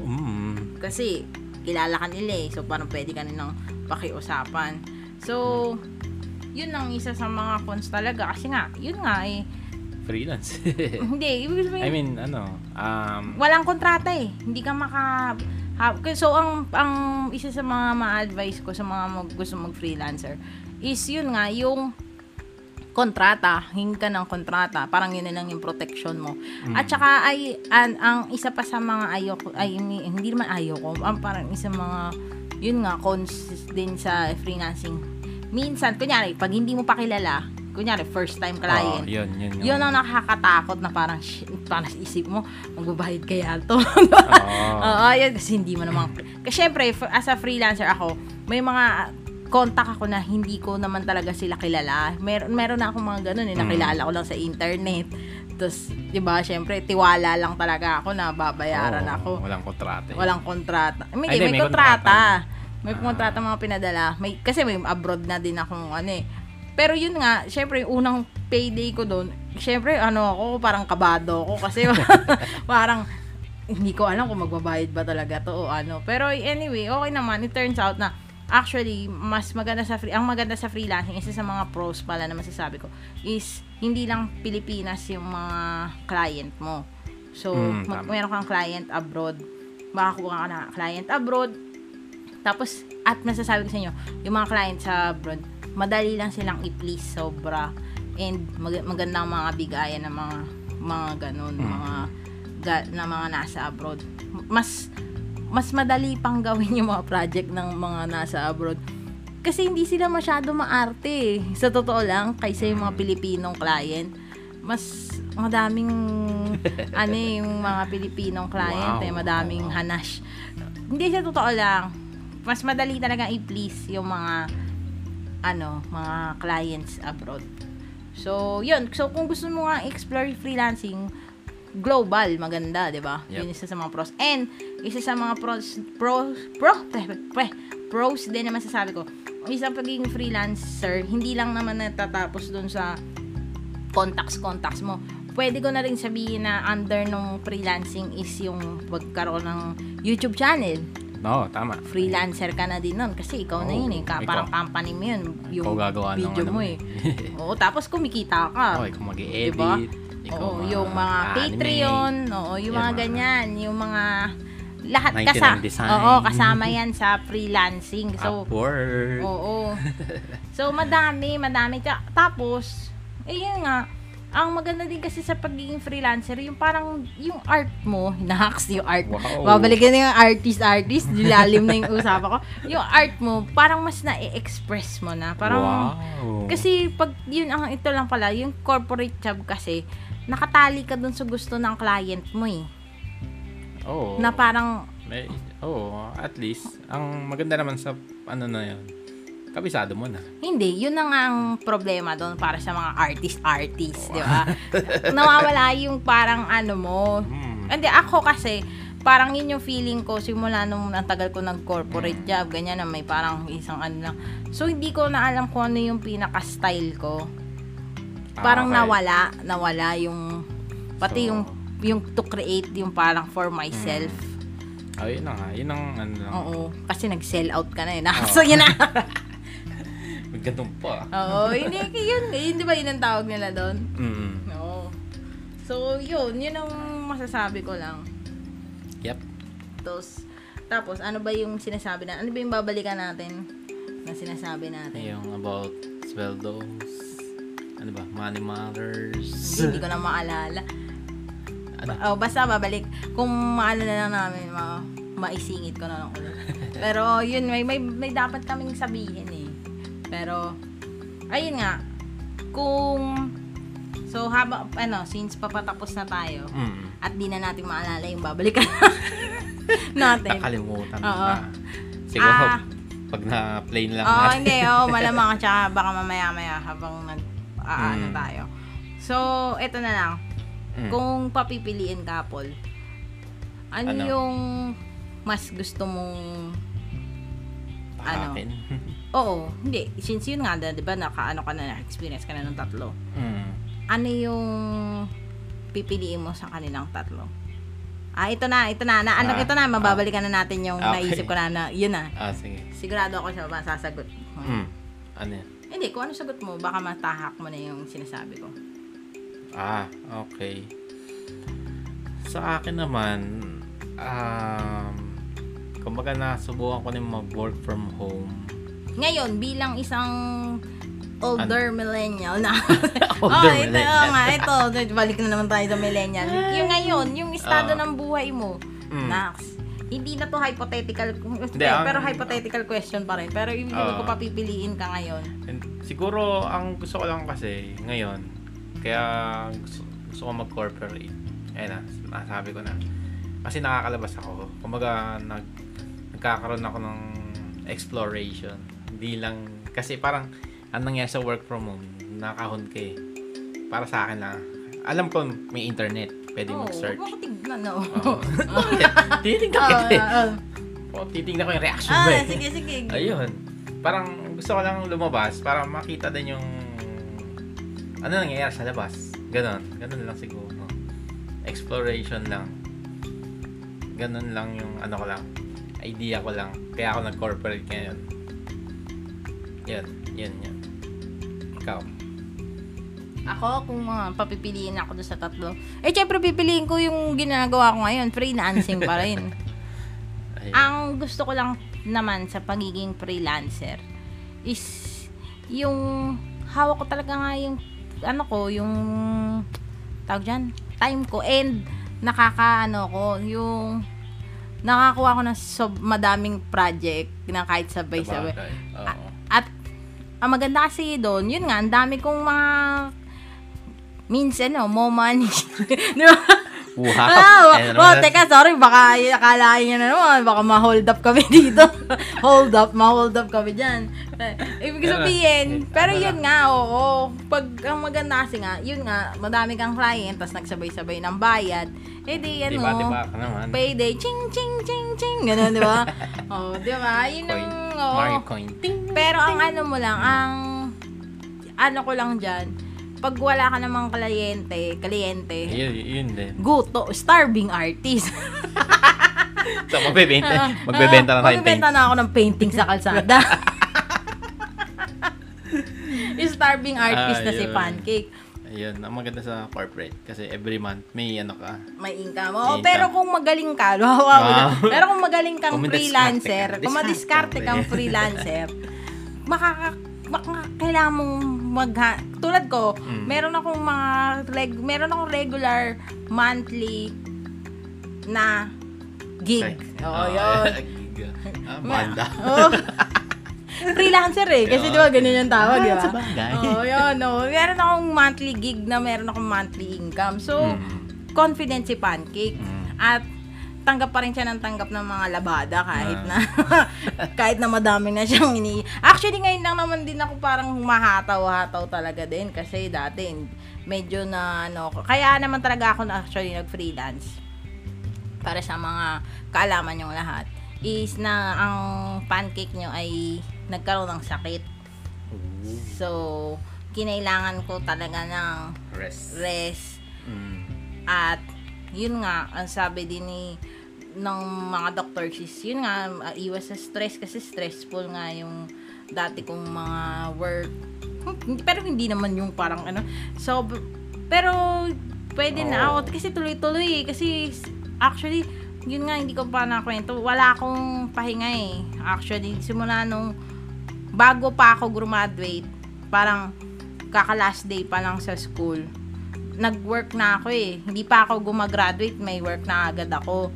B: Mm.
A: Kasi, kilala ka nila eh, so parang pwede ka nilang pakiusapan.
B: Hmm.
A: So, yun ang isa sa mga cons talaga. Kasi nga, yun nga eh.
B: Freelance.
A: hindi, ibig sabihin,
B: I mean, ano, um,
A: walang kontrata eh. Hindi ka maka ha- so ang ang isa sa mga ma-advise ko sa mga mag, gusto mag-freelancer is yun nga yung kontrata, hingi ka ng kontrata. Parang yun na lang yung protection mo. At saka ay an, ang isa pa sa mga ayoko ay hindi hindi naman ayoko, ang parang isa mga yun nga cons din sa freelancing. Minsan kunyari pag hindi mo pa kilala, kunyari first time
B: oh,
A: client,
B: yun, yun.
A: yun ang nakakatakot na parang, shit, parang sa isip mo, magbabayad kaya to.
B: Oo.
A: Oo, yun, kasi hindi mo naman, kasi syempre, for- as a freelancer ako, may mga contact ako na hindi ko naman talaga sila kilala. Meron, meron na akong mga ganun,
B: Mm.
A: eh, nakilala ko lang sa internet. Tapos, di ba, syempre, tiwala lang talaga ako na babayaran
B: Oo,
A: ako.
B: Oh, Walang kontrate.
A: Walang kontrata. I mean,
B: Ay,
A: may,
B: hindi, may
A: kontrata. May kontrata mga pinadala. May, kasi may abroad na din akong ano eh. Pero yun nga, syempre yung unang payday ko doon, syempre ano ako, parang kabado ako kasi parang hindi ko alam kung magbabayad ba talaga to o ano. Pero anyway, okay naman. It turns out na actually, mas maganda sa free, ang maganda sa freelancing, isa sa mga pros pala na masasabi ko, is hindi lang Pilipinas yung mga client mo. So,
B: Mm,
A: mag-
B: tama.
A: meron kang client abroad, makakuha ka ng client abroad, tapos, at masasabi ko sa inyo, yung mga client sa abroad, madali lang silang i-please sobra. And mag- maganda ang mga bigayan ng mga mga ganun,
B: Mm.
A: mga ga- na mga nasa abroad. Mas mas madali pang gawin yung mga project ng mga nasa abroad. Kasi hindi sila masyado maarte eh. Sa totoo lang, kaysa yung
B: Mm.
A: mga Pilipinong client. Mas madaming ano eh, yung mga Pilipinong client
B: Wow.
A: eh, madaming hanash. Hindi sa totoo lang, mas madali talaga i-please yung mga ano, mga clients abroad. So, yun. So, kung gusto mo nga explore freelancing, global, maganda, di ba?
B: Yep.
A: Yun isa sa mga pros. And, isa sa mga pros, pros, pro, pre, pre, pros din na masasabi ko, ang isang pagiging freelancer, hindi lang naman natatapos dun sa contacts, contacts mo. Pwede ko na rin sabihin na under nung freelancing is yung pagkaroon ng YouTube channel.
B: No, tama.
A: Freelancer ka na din nun kasi ikaw na
B: Oo,
A: yun eh. Ka,
B: ikaw.
A: parang company mo yun. Yung
B: Ikaw gagawa ng
A: video
B: ano
A: mo
B: mo
A: eh.
B: eh.
A: Oo, tapos kumikita ka.
B: Oh, ikaw mag-edit.
A: Diba?
B: Ikaw
A: Oo,
B: mag-
A: yung mga
B: anime.
A: Patreon, oo, yung
B: Yung
A: mga
B: mga-
A: ganyan, yung mga lahat
B: 99
A: kasa.
B: design.
A: Oo, kasama 'yan sa freelancing. So, oh.
B: Upwork.
A: oo. so madami, madami Ta- tapos eh yun nga, ang maganda din kasi sa pagiging freelancer, yung parang yung art mo, hinahax yung art mo.
B: Wow.
A: Babalikan na yung artist-artist, dilalim na yung usapan ko. Yung art mo, parang mas na-express mo na. Parang,
B: Diba? wow.
A: kasi pag yun ang ito lang pala, yung corporate job kasi nakatali ka dun sa gusto ng client mo eh.
B: oh,
A: Na parang
B: may, oh, at least, ang maganda naman sa, ano na yun, kabisado mo na.
A: hindi, yun na nga ang problema doon para sa mga artist-artist, di ba? Nawawala yung parang ano mo.
B: Hmm.
A: Hindi, ako kasi, parang yun yung feeling ko simula nung ang tagal ko nag-corporate job, ganyan na may parang isang ano lang. So, hindi ko na alam kung ano yung pinaka-style ko. Parang nawala, nawala yung, pati
B: Ah, So-
A: yung, yung to create yung parang for myself.
B: Oh, yun na nga. Yun ang ano lang.
A: Oo. Kasi nag-sell out ka na eh. Nakaso yun na.
B: May ganun pa.
A: Oo. Hindi, yun. Yun, di ba yun ang tawag nila doon?
B: Mm.
A: Oo. So, yun. Yun ang masasabi ko lang.
B: Yep.
A: Tapos, tapos ano ba yung sinasabi na, ano ba yung babalikan natin na sinasabi natin?
B: Yung about sweldos. Ano ba? Money matters.
A: Hindi ko na maalala.
B: Ano?
A: Ba- oh, basta babalik. Kung maalala lang namin, ma maisingit ko na ng ulo. Pero yun, may, may, may dapat kaming sabihin eh. Pero, ayun nga, kung, so haba, ano, since papatapos na tayo,
B: Mm.
A: at di na natin maalala yung babalikan natin.
B: Nakalimutan
A: Oo.
B: na. Siguro,
A: Ah.
B: pag na-play na lang
A: Oo,
B: natin.
A: hindi. Oo, malamang. At saka baka mamaya-maya habang nag, aano
B: Mm.
A: tayo. So, eto na lang.
B: Mm.
A: Kung papipiliin ka, Paul, ano,
B: Ano?
A: yung mas gusto mong...
B: Para
A: ano?
B: Hmm, akin.
A: Oo, hindi. Since yun nga, di ba, nakaano ka na, experience ka na ng tatlo.
B: Mm.
A: Ano yung pipiliin mo sa kanilang tatlo? Ah, ito na, ito na. na ano,
B: Ah,
A: ito na, mababalikan na natin yung
B: Okay.
A: naisip ko na, na, yun na.
B: Ah, sige.
A: Sigurado ako siya masasagot.
B: Mm. Ano yan?
A: Hindi, kung ano sagot mo, baka matahak mo na yung sinasabi ko.
B: Ah, okay. Sa akin naman, um, kumbaga nasubukan ko na yung mag-work from home.
A: Ngayon, bilang isang older millennial na.
B: Older
A: oh, ito,
B: millennial.
A: oo nga, ito. Balik na naman tayo sa millennial. Yung ngayon, yung estado
B: Ah.
A: ng buhay mo.
B: Mm.
A: Nax. Hindi na to hypothetical. eh,
B: ang-
A: pero hypothetical question pa rin. Pero yung ko
B: Ah.
A: papipiliin ka ngayon.
B: And siguro, ang gusto ko lang kasi ngayon, kaya gusto, gusto ko mag-corporate. Ayun na, nasabi ko na. Kasi nakakalabas ako. Kumbaga, nag, nagkakaroon ako ng exploration. Hindi lang, kasi parang, ang nangyari sa work from home, nakahon ka eh. Para sa akin lang. Alam ko, may internet. Pwede
A: Oo,
B: mag-search.
A: huwag mo tignan, no?
B: Oo. Tinitingnan
A: Oo,
B: kita eh.
A: oo.
B: Oh, titingnan ko yung reaction mo
A: Ah,
B: eh.
A: sige, sige.
B: Ayun. Parang gusto ko lang lumabas para makita din yung ano nangyayari sa labas. Ganon. Ganon lang siguro. Exploration lang. Ganon lang yung ano ko lang. Idea ko lang. Kaya ako nag-corporate ngayon. Yun. Yun. Yun. Ikaw.
A: Ako, kung mga papipiliin ako doon sa tatlo. Eh, syempre, pipiliin ko yung ginagawa ko ngayon. Freelancing pa rin.
B: Ayun.
A: Ang gusto ko lang naman sa pagiging freelancer is yung hawak ko talaga nga yung ano ko, yung tawag dyan, time ko and nakaka ano ko, yung nakakuha ko ng sob, madaming project na kahit sabay-sabay.
B: Sabagay.
A: Ah.
B: Oo.
A: At ang maganda kasi doon, yun nga, ang dami kong mga minsan, no, mo money. Di ba?
B: Wow.
A: Ah,
B: Ayun
A: oh,
B: naman.
A: teka, sorry, baka akalain nyo na naman, baka ma-hold up kami dito. hold up, ma-hold up kami dyan. Eh, Ibig
B: Pero,
A: sabihin,
B: eh,
A: pero
B: tama
A: yun nga, oo. Pag ang maganda kasi nga, yun nga, madami kang client, tapos nagsabay-sabay ng bayad, eh di, ano,
B: Diba, diba ka naman.
A: payday, ching, ching, ching, ching, ganun, di ba? oh, di ba? Yun ang,
B: Coin.
A: oo.
B: Mario coin. Ting.
A: Pero ang ano mo lang, ang ano ko lang dyan, pag wala ka namang kliyente, kliyente,
B: Yun, yun din.
A: guto, starving artist.
B: So, magbebenta. Magbebenta na tayo. ng
A: Magbebenta na ako ng painting sa kalsada. Yung starving artist
B: Ah,
A: na si
B: yun.
A: Pancake.
B: Ayun, ang maganda sa corporate kasi every month may ano ka.
A: May income. Oo,
B: May
A: pero
B: income.
A: kung magaling ka, wawaw na.
B: Ah.
A: Pero kung magaling kang
B: Kung madiskarte
A: freelancer,
B: ka.
A: kung madiskarte
B: Diskarte.
A: kang freelancer, makaka baka kailangan mong magha tulad ko
B: Mm.
A: meron akong mga reg, meron akong regular monthly na gig. Oo,
B: Ah,
A: yun.
B: Gig. Ah, banda.
A: Oo. Freelancer eh. Kasi di ba ganun yung tawag, di ba?
B: Ah, sa bagay.
A: Oo, yun. No. Meron akong monthly gig na meron akong monthly income. So,
B: Mm-hmm.
A: confident si Pancake.
B: Mm.
A: At tanggap pa rin siya ng tanggap ng mga labada kahit
B: Ah.
A: na kahit na madami na siyang ini actually ngayon lang naman din ako parang humahataw-hataw talaga din kasi dati medyo na ano ko- kaya naman talaga ako na actually nag-freelance para sa mga kaalaman yung lahat, is na ang pancake nyo ay nagkaroon ng sakit. So, kinailangan ko talaga ng
B: Rest.
A: rest
B: Mm.
A: at yun nga, ang sabi din ni ng mga doctors is yun nga, uh, iwas sa stress kasi stressful nga yung dati kong mga work. Hmm, hindi- Pero hindi naman yung parang ano. So, b- pero pwede na
B: Oo.
A: out kasi tuloy-tuloy eh. Kasi s- actually, yun nga, hindi ko pa nakwento. Wala akong pahinga eh. Actually, simula nung bago pa ako graduate, parang kaka last day pa lang sa school, nag-work na ako eh. Hindi pa ako gumagraduate, may work na agad ako.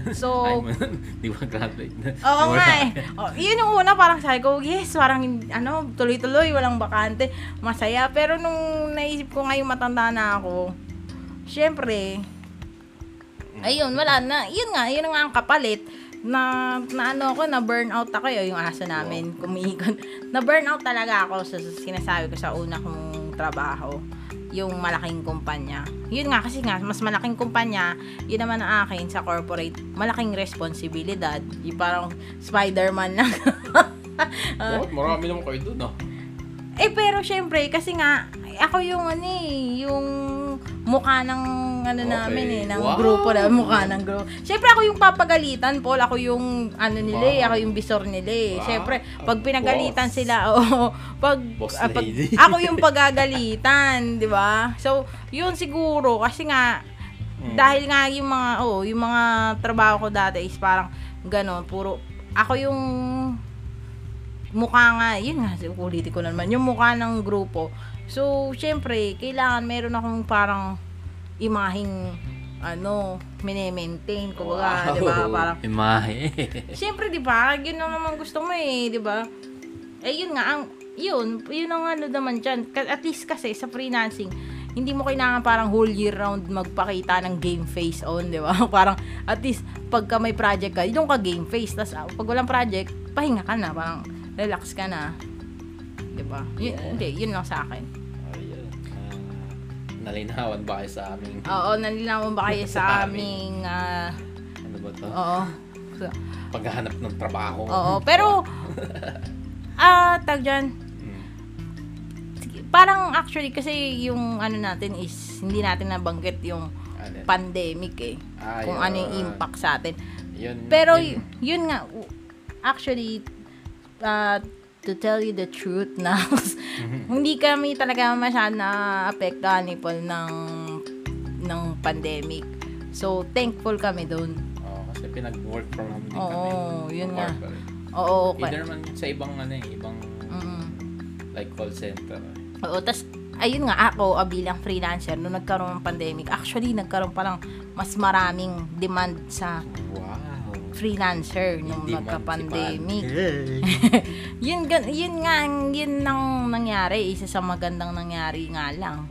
B: Okay.
A: So-
B: Mm-hmm. Ay, man, di ba graduate na?
A: Oo
B: Wala.
A: nga eh. O, yun yung una, parang sabi ko, yes, parang ano, tuloy-tuloy, walang bakante, masaya. Pero nung naisip ko ngayong matanda na ako, syempre, ayun, wala na. Yun nga, yun nga ang kapalit na, na ano ako, na burnout ako eh, yung aso namin, kumiikot. Na burnout talaga ako sa sa sinasabi ko sa una kong trabaho yung malaking kumpanya. Yun nga, kasi nga, mas malaking kumpanya, yun naman ang akin sa corporate, malaking responsibilidad. Yung parang Spider-Man lang. Ah,
B: Oh, marami naman kayo dun, ah.
A: Eh, pero syempre, kasi nga, ako yung ano eh, yung mukha ng ano
B: Okay.
A: namin eh, ng
B: Wow.
A: grupo na mukha ng grupo. Syempre ako yung papagalitan, Paul, ako yung ano nila eh,
B: Wow.
A: ako yung bisor nila eh.
B: Wow.
A: Syempre, pag
B: Boss.
A: pinagalitan sila, oo, pag,
B: Boss
A: ah, pag-
B: lady.
A: ako yung pagagalitan, di ba? So, yun siguro, kasi nga,
B: Mm.
A: dahil nga yung mga, oo, yung mga trabaho ko dati is parang gano'n, puro, ako yung mukha nga, yun nga, ulitin ko na naman, yung mukha ng grupo. So, syempre, kailangan meron akong parang imaheng, ano, mini-maintain, kumbaga, di ba, parang,
B: Imahe.
A: Siyempre, di ba? Yun ang naman gusto mo eh, di ba? Eh, yun nga, ang, yun, yun ang ano naman dyan. Ka- At least kasi sa freelancing, hindi mo kailangan parang whole year round magpakita ng game face on, di ba? Parang at least pagka may project ka, yung ka game face. Tapos pag walang project, pahinga ka na, parang relax ka na. Di ba? Yun,
B: Oo.
A: Hindi, yun lang sa akin.
B: Ayun. Ah, nalinawan ba kayo sa aming...
A: Oo, nanilawan ba kayo sa
B: Sa
A: aming, ah,
B: Ano ba to?
A: oo. So,
B: Paghahanap ng trabaho.
A: oo, pero, ah, tag dyan,
B: Mm.
A: Sige, parang actually kasi yung ano natin is hindi natin nabanggit yung
B: Ano?
A: pandemic eh.
B: Ah,
A: Kung
B: yun.
A: ano yung impact sa atin.
B: Yun,
A: Pero y-
B: yun.
A: yun nga u- actually uh, to tell you the truth na hindi kami talaga masyadong naapektuhan ni Paul ng ng pandemic. So thankful kami doon.
B: Oo, kasi pinag-work from home din kami.
A: Oo, yun nga.
B: Corporate.
A: Oo, okay.
B: Either man sa ibang ano eh, ibang
A: Mm.
B: like call center.
A: Oo, tas ayun nga ako ah, bilang freelancer nung nagkaroon ng pandemic, actually nagkaroon pa lang mas maraming demand sa
B: Wow.
A: freelancer nung
B: Hindi
A: magka-pandemic.
B: mansipad.
A: Yun, gan- yun nga, ang- yun nang nangyari, isa sa magandang nangyari nga lang.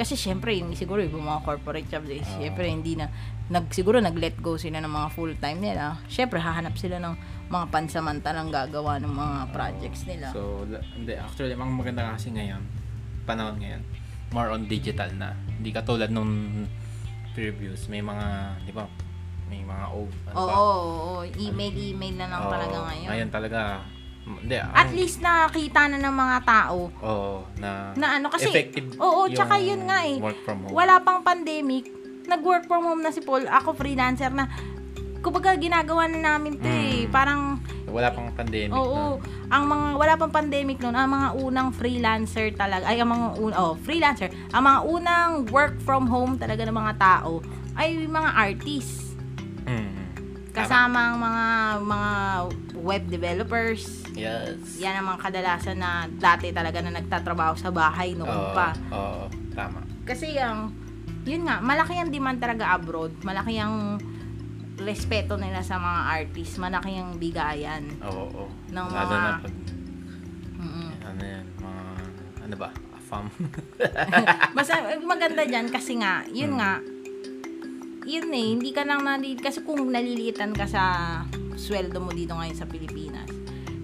A: Kasi syempre, yung siguro yung mga corporate jobs, eh,
B: Oo.
A: syempre hindi na, nag, siguro nag-let go sila ng mga full-time nila. Syempre, hahanap sila ng mga pansamantalang gagawa ng mga projects nila.
B: So, la- hindi. Actually, ang maganda kasi ngayon, panahon ngayon, more on digital na. Hindi katulad nung previews. May mga, di ba, may mga o, ano
A: Oo,
B: ba?
A: oo, oo, email, email na lang
B: Oo,
A: talaga ngayon.
B: Ngayon talaga, mm, hindi.
A: At
B: ang-
A: least nakakita na ng mga tao
B: Oo, na,
A: na ano kasi
B: effective
A: oo, tsaka yun nga eh.
B: work from home.
A: wala pang pandemic, nag-work from home na si Paul, ako freelancer na kumbaga ginagawa na namin 'to eh.
B: Mm.
A: Parang
B: Wala pang pandemic
A: oo,
B: na.
A: ang mga wala pang pandemic noon, ang mga unang freelancer talaga, ay ang mga un, oh, freelancer, ang mga unang work from home talaga ng mga tao ay yung mga artists.
B: Mm. Tama.
A: Kasama ang mga mga web developers,
B: Yes.
A: yan ang mga kadalasan na dati talaga na nagtatrabaho sa bahay noon
B: Oo,
A: pa.
B: Oo, tama.
A: Kasi yung, yun nga, malaki ang demand talaga abroad. Malaki ang respeto nila sa mga artist. Malaki ang bigayan.
B: Oo, oo.
A: Ng
B: Lalo
A: mga-
B: na pag,
A: Mm-mm.
B: ano yan, mga, ano ba, afam.
A: Mas eh, maganda dyan kasi nga, yun nga, yun eh, hindi ka lang naliliit. Kasi kung nalilitan ka sa sweldo mo dito ngayon sa Pilipinas,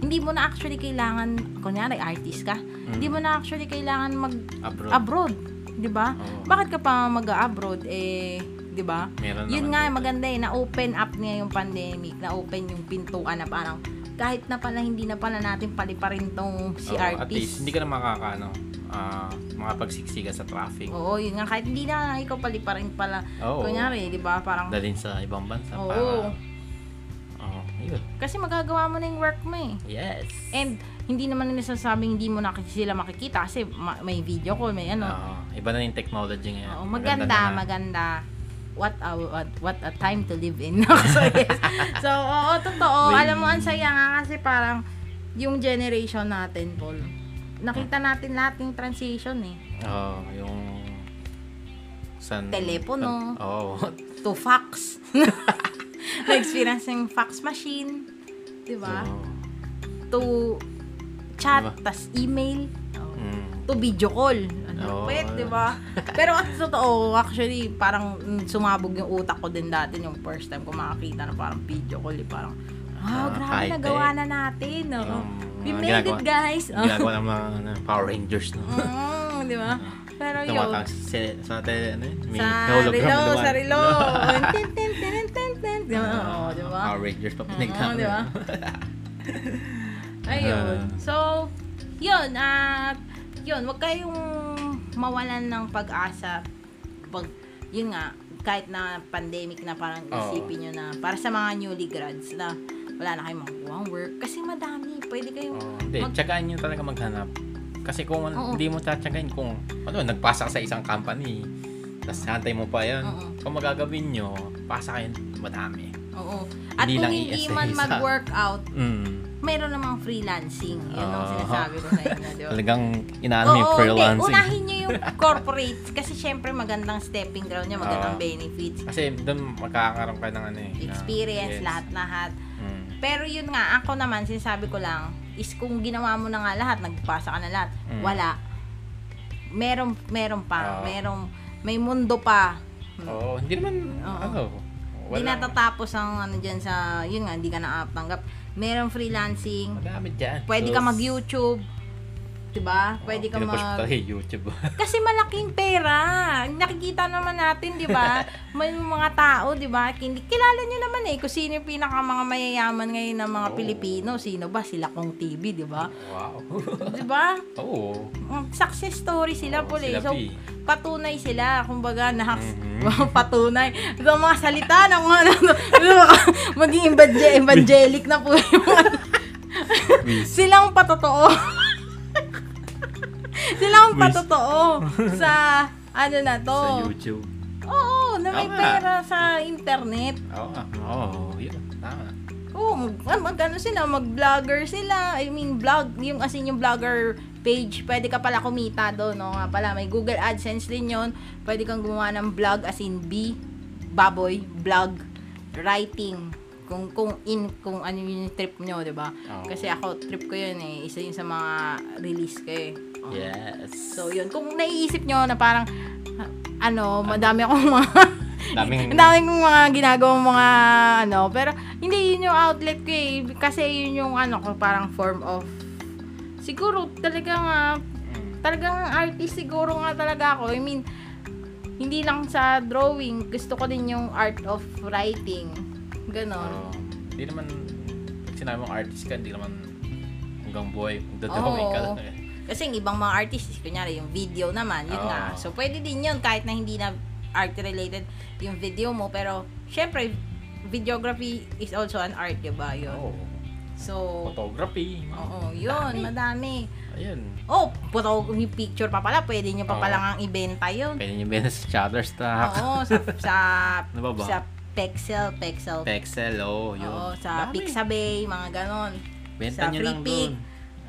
A: hindi mo na actually kailangan, kunyari artist ka, hindi mo na actually kailangan
B: Mm. Abroad.
A: mag-abroad. di ba?
B: Oo.
A: Bakit ka pa mag-abroad? Eh, di ba?
B: Meron
A: Yun
B: Ano naman
A: nga,
B: dito.
A: maganda eh, na-open up niya yung pandemic, na-open yung pintuan na parang kahit na pala hindi na pala natin paliparin tong si
B: Oo, At
A: artist.
B: least, hindi ka na makakaano, ah, makapagsiksikan sa traffic.
A: Oo, yun nga, kahit hindi na ikaw paliparin pala.
B: Oo.
A: Kunyari, di ba? Parang,
B: Dalhin sa ibang bansa
A: Oo.
B: para... Oo, yun.
A: kasi magagawa mo na yung work mo eh.
B: Yes.
A: And, hindi naman nila sasabing hindi mo na sila makikita kasi ma- may video call, may ano.
B: Oo, iba na yung technology ngayon.
A: Oo, maganda,
B: na nga.
A: maganda. What a what, what a time to live in. so, yes. So, oo, totoo.
B: Wait.
A: Alam mo, ang saya nga kasi parang yung generation natin, Paul. Nakita natin lahat yung transition eh.
B: Oo, Ah, yung... San,
A: Telepono.
B: san- Oo.
A: To fax. Na-experience yung fax machine. Di ba?
B: Oo.
A: To chat,
B: Diba?
A: tas email. Oo.
B: Mm.
A: to video call. Ano,
B: Oo.
A: wait, di ba? Pero ang totoo, actually, parang mm, sumabog yung utak ko din dati yung first time ko makakita na parang video call. Eh, parang, wow,
B: Ah,
A: grabe
B: kahit
A: nagawa
B: eh.
A: na natin.
B: Yung
A: Oo. We
B: mga
A: made
B: ginagawa-
A: it, guys. Oo.
B: Ginagawa ng mga ano, Power Rangers, no?
A: Mm, di ba? Pero yun,
B: Tumatang sa, sa tele, ano yun? May
A: sa
B: hologram
A: relo,
B: naman.
A: sa relo. Tin, tin, tin, tin, tin, tin. Di ba?
B: Ah,
A: Oo, di ba?
B: Power Rangers pa pinagkakaroon.
A: Oo, di ba? Ayun.
B: Ah.
A: So, yun. At, yun. Huwag kayong mawalan ng pag-asa. Pag, yun nga, kahit na pandemic na parang
B: Oo.
A: isipin nyo na para sa mga newly grads na wala na kayong makukuha ang work. Kasi madami. Pwede kayong
B: Oo, Hindi,
A: Mag-
B: tsagaan nyo talaga maghanap. Kasi kung
A: Oo.
B: hindi mo tatsagain kung ano, nagpasa ka sa isang company, tapos hantay mo pa yan.
A: Oo.
B: Kung magagawin nyo, pasa kayo madami.
A: Oo. At
B: Hindi
A: kung
B: lang
A: hindi
B: i-essay
A: man
B: sa-
A: mag-work out,
B: Mm.
A: mayroon namang freelancing. Yun ang
B: Oo.
A: sinasabi ko sa inyo. di ba?
B: Talagang inaano yung
A: Oo, hindi.
B: freelancing.
A: Unahin nyo yung corporate kasi syempre magandang stepping ground niya, magandang
B: Oo.
A: benefits,
B: Kasi doon makakaroon ka ng ano eh. na-
A: experience,
B: yes.
A: lahat-lahat.
B: Mm.
A: Pero yun nga, ako naman, sinasabi ko lang, is kung ginawa mo na nga lahat, nagpasa ka na lahat,
B: Mm. Ah.
A: wala. Merong, meron pa,
B: Oo.
A: merong, may mundo pa.
B: Oo, hindi naman,
A: Oo.
B: ano,
A: Hindi
B: walang,
A: natatapos ang ano dyan sa, yun nga, hindi ka nakatanggap. Merong freelancing,
B: madami dyan.
A: pwede ka mag-YouTube, 'di ba? Pwede ka
B: Pinupush
A: mag
B: pa oh, tayo YouTube.
A: Kasi malaking pera. Nakikita naman natin, di ba? May mga tao, di ba? Kin- Kilala nyo naman eh kung sino yung pinaka mga mayayaman ngayon ng mga
B: Oo.
A: Pilipino. Sino ba? Sila kong TV, di ba?
B: wow.
A: Di ba?
B: Oo.
A: Mm, Success story sila
B: Oo,
A: po eh.
B: sila,
A: So,
B: P.
A: patunay sila. Kumbaga, na
B: Mhm.
A: patunay. So, ang mga salita ng mga maging evangel- evangelic na po yung mga-
B: Please.
A: Silang patotoo. Silang
B: Wish.
A: patotoo sa ano na to.
B: Sa YouTube.
A: Oo, na may
B: Tama.
A: pera sa internet.
B: Oo. Oo, yun. Tama.
A: Oo, mag, mag ano sila, mag-vlogger sila. I mean, vlog, yung as in yung vlogger page, pwede ka pala kumita doon, no? Nga pala, may Google AdSense din yon Pwede kang gumawa ng vlog as in B, baboy, vlog, writing. Kung kung in kung ano yung trip nyo, 'di ba?
B: Oo.
A: Kasi ako trip ko 'yun eh, isa yun sa mga release ko eh. Oo.
B: Yes.
A: So, yun. Kung naiisip nyo na parang, ah, ano, madami akong mga,
B: Daming-
A: ang daming kong mga ginagawang mga, ano, pero, hindi, yun yung outlet ko eh. Kasi yun yung, ano, ko parang form of, siguro, talagang, ah,
B: Mm.
A: talagang artist siguro nga talaga ako. I mean, hindi lang sa drawing, gusto ko din yung art of writing. Ganon.
B: Oo. Hindi naman, pag sinabi mong artist ka, hindi naman hanggang buhay,
A: Oo.
B: magdadrawing ka lang eh.
A: Kasi yung ibang mga artist, kunyari yung video naman, yun
B: Oo.
A: nga. So, pwede din yun kahit na hindi na art-related yung video mo. Pero, syempre, videography is also an art, di ba? Yun.
B: Oo.
A: So,
B: Photography.
A: oo, yun, madami.
B: Ayun.
A: Oh, photo, yung picture pa pala, pwede nyo pa
B: Oo.
A: pala ngang ibenta yun.
B: Pwede nyo benta sa Shutterstock.
A: Oo, sa, sa,
B: Ano ba ba?
A: sa Pexel, Pexel.
B: Pexel, oo, yun.
A: Oo, sa
B: Dami.
A: Pixabay, mga ganon. sa
B: Benta nyo lang
A: Freepik.
B: dun.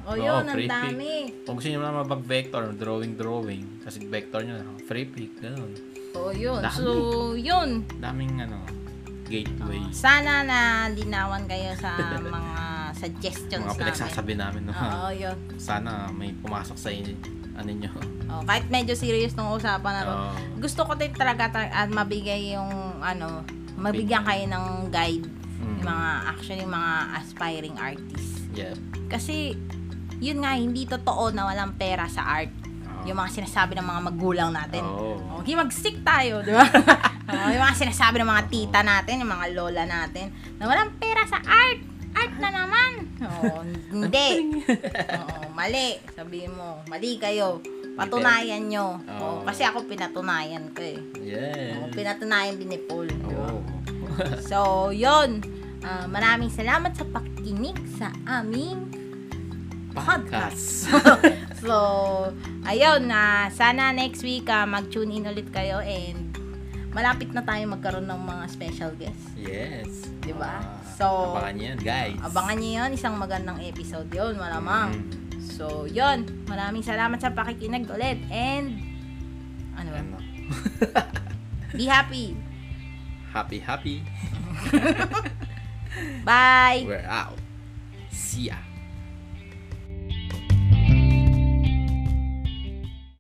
A: Oh,
B: Oo,
A: yun, ang
B: Freepik.
A: dami.
B: Kung gusto nyo naman mag-vector, drawing-drawing, kasi vector nyo lang, free pick, ganun.
A: Oo, Oh, yun.
B: Dami.
A: So, yun.
B: Daming, ano, gateway.
A: Oo. Sana na linawan kayo sa mga suggestions
B: mga
A: namin.
B: pinagsasabi namin, no?
A: Oo, yun.
B: Sana may pumasok sa inyo, ano nyo.
A: Oh, kahit medyo serious tong usapan na to.
B: Oo.
A: Gusto ko din talaga ta- at mabigay yung ano, mabigyan kayo ng guide
B: Mm.
A: yung mga actually yung mga aspiring artists.
B: Yeah.
A: Kasi yun nga hindi totoo na walang pera sa art.
B: Oo.
A: Yung mga sinasabi ng mga magulang natin. Oh,
B: Oo.
A: himagsick tayo, di ba? Oo, yung mga sinasabi ng mga tita natin, yung mga lola natin, na walang pera sa art. Art na naman. Oo, hindi. Oo, mali. Sabihin mo, mali kayo. Patunayan nyo. Oo,
B: Oo.
A: kasi ako pinatunayan ko eh.
C: Yeah.
A: Oo, pinatunayan din ni Paul. di ba?
B: Oo.
A: So, yun. Ah, maraming salamat sa pakikinig sa aming podcast. so, ayun na sana next week ah, mag-tune in ulit kayo and malapit na tayo magkaroon ng mga special guests.
C: Yes.
A: Di
C: Ah,
A: ba? Diba? So-
C: abangan niyo yan, guys.
A: Abangan niyo yun, isang magandang episode yun, malamang.
B: Mm.
A: So, yun. Maraming salamat sa pakikinig ulit and ano ba?
B: Ano?
A: Be happy.
C: Happy, happy.
A: Bye!
C: We're out. See ya.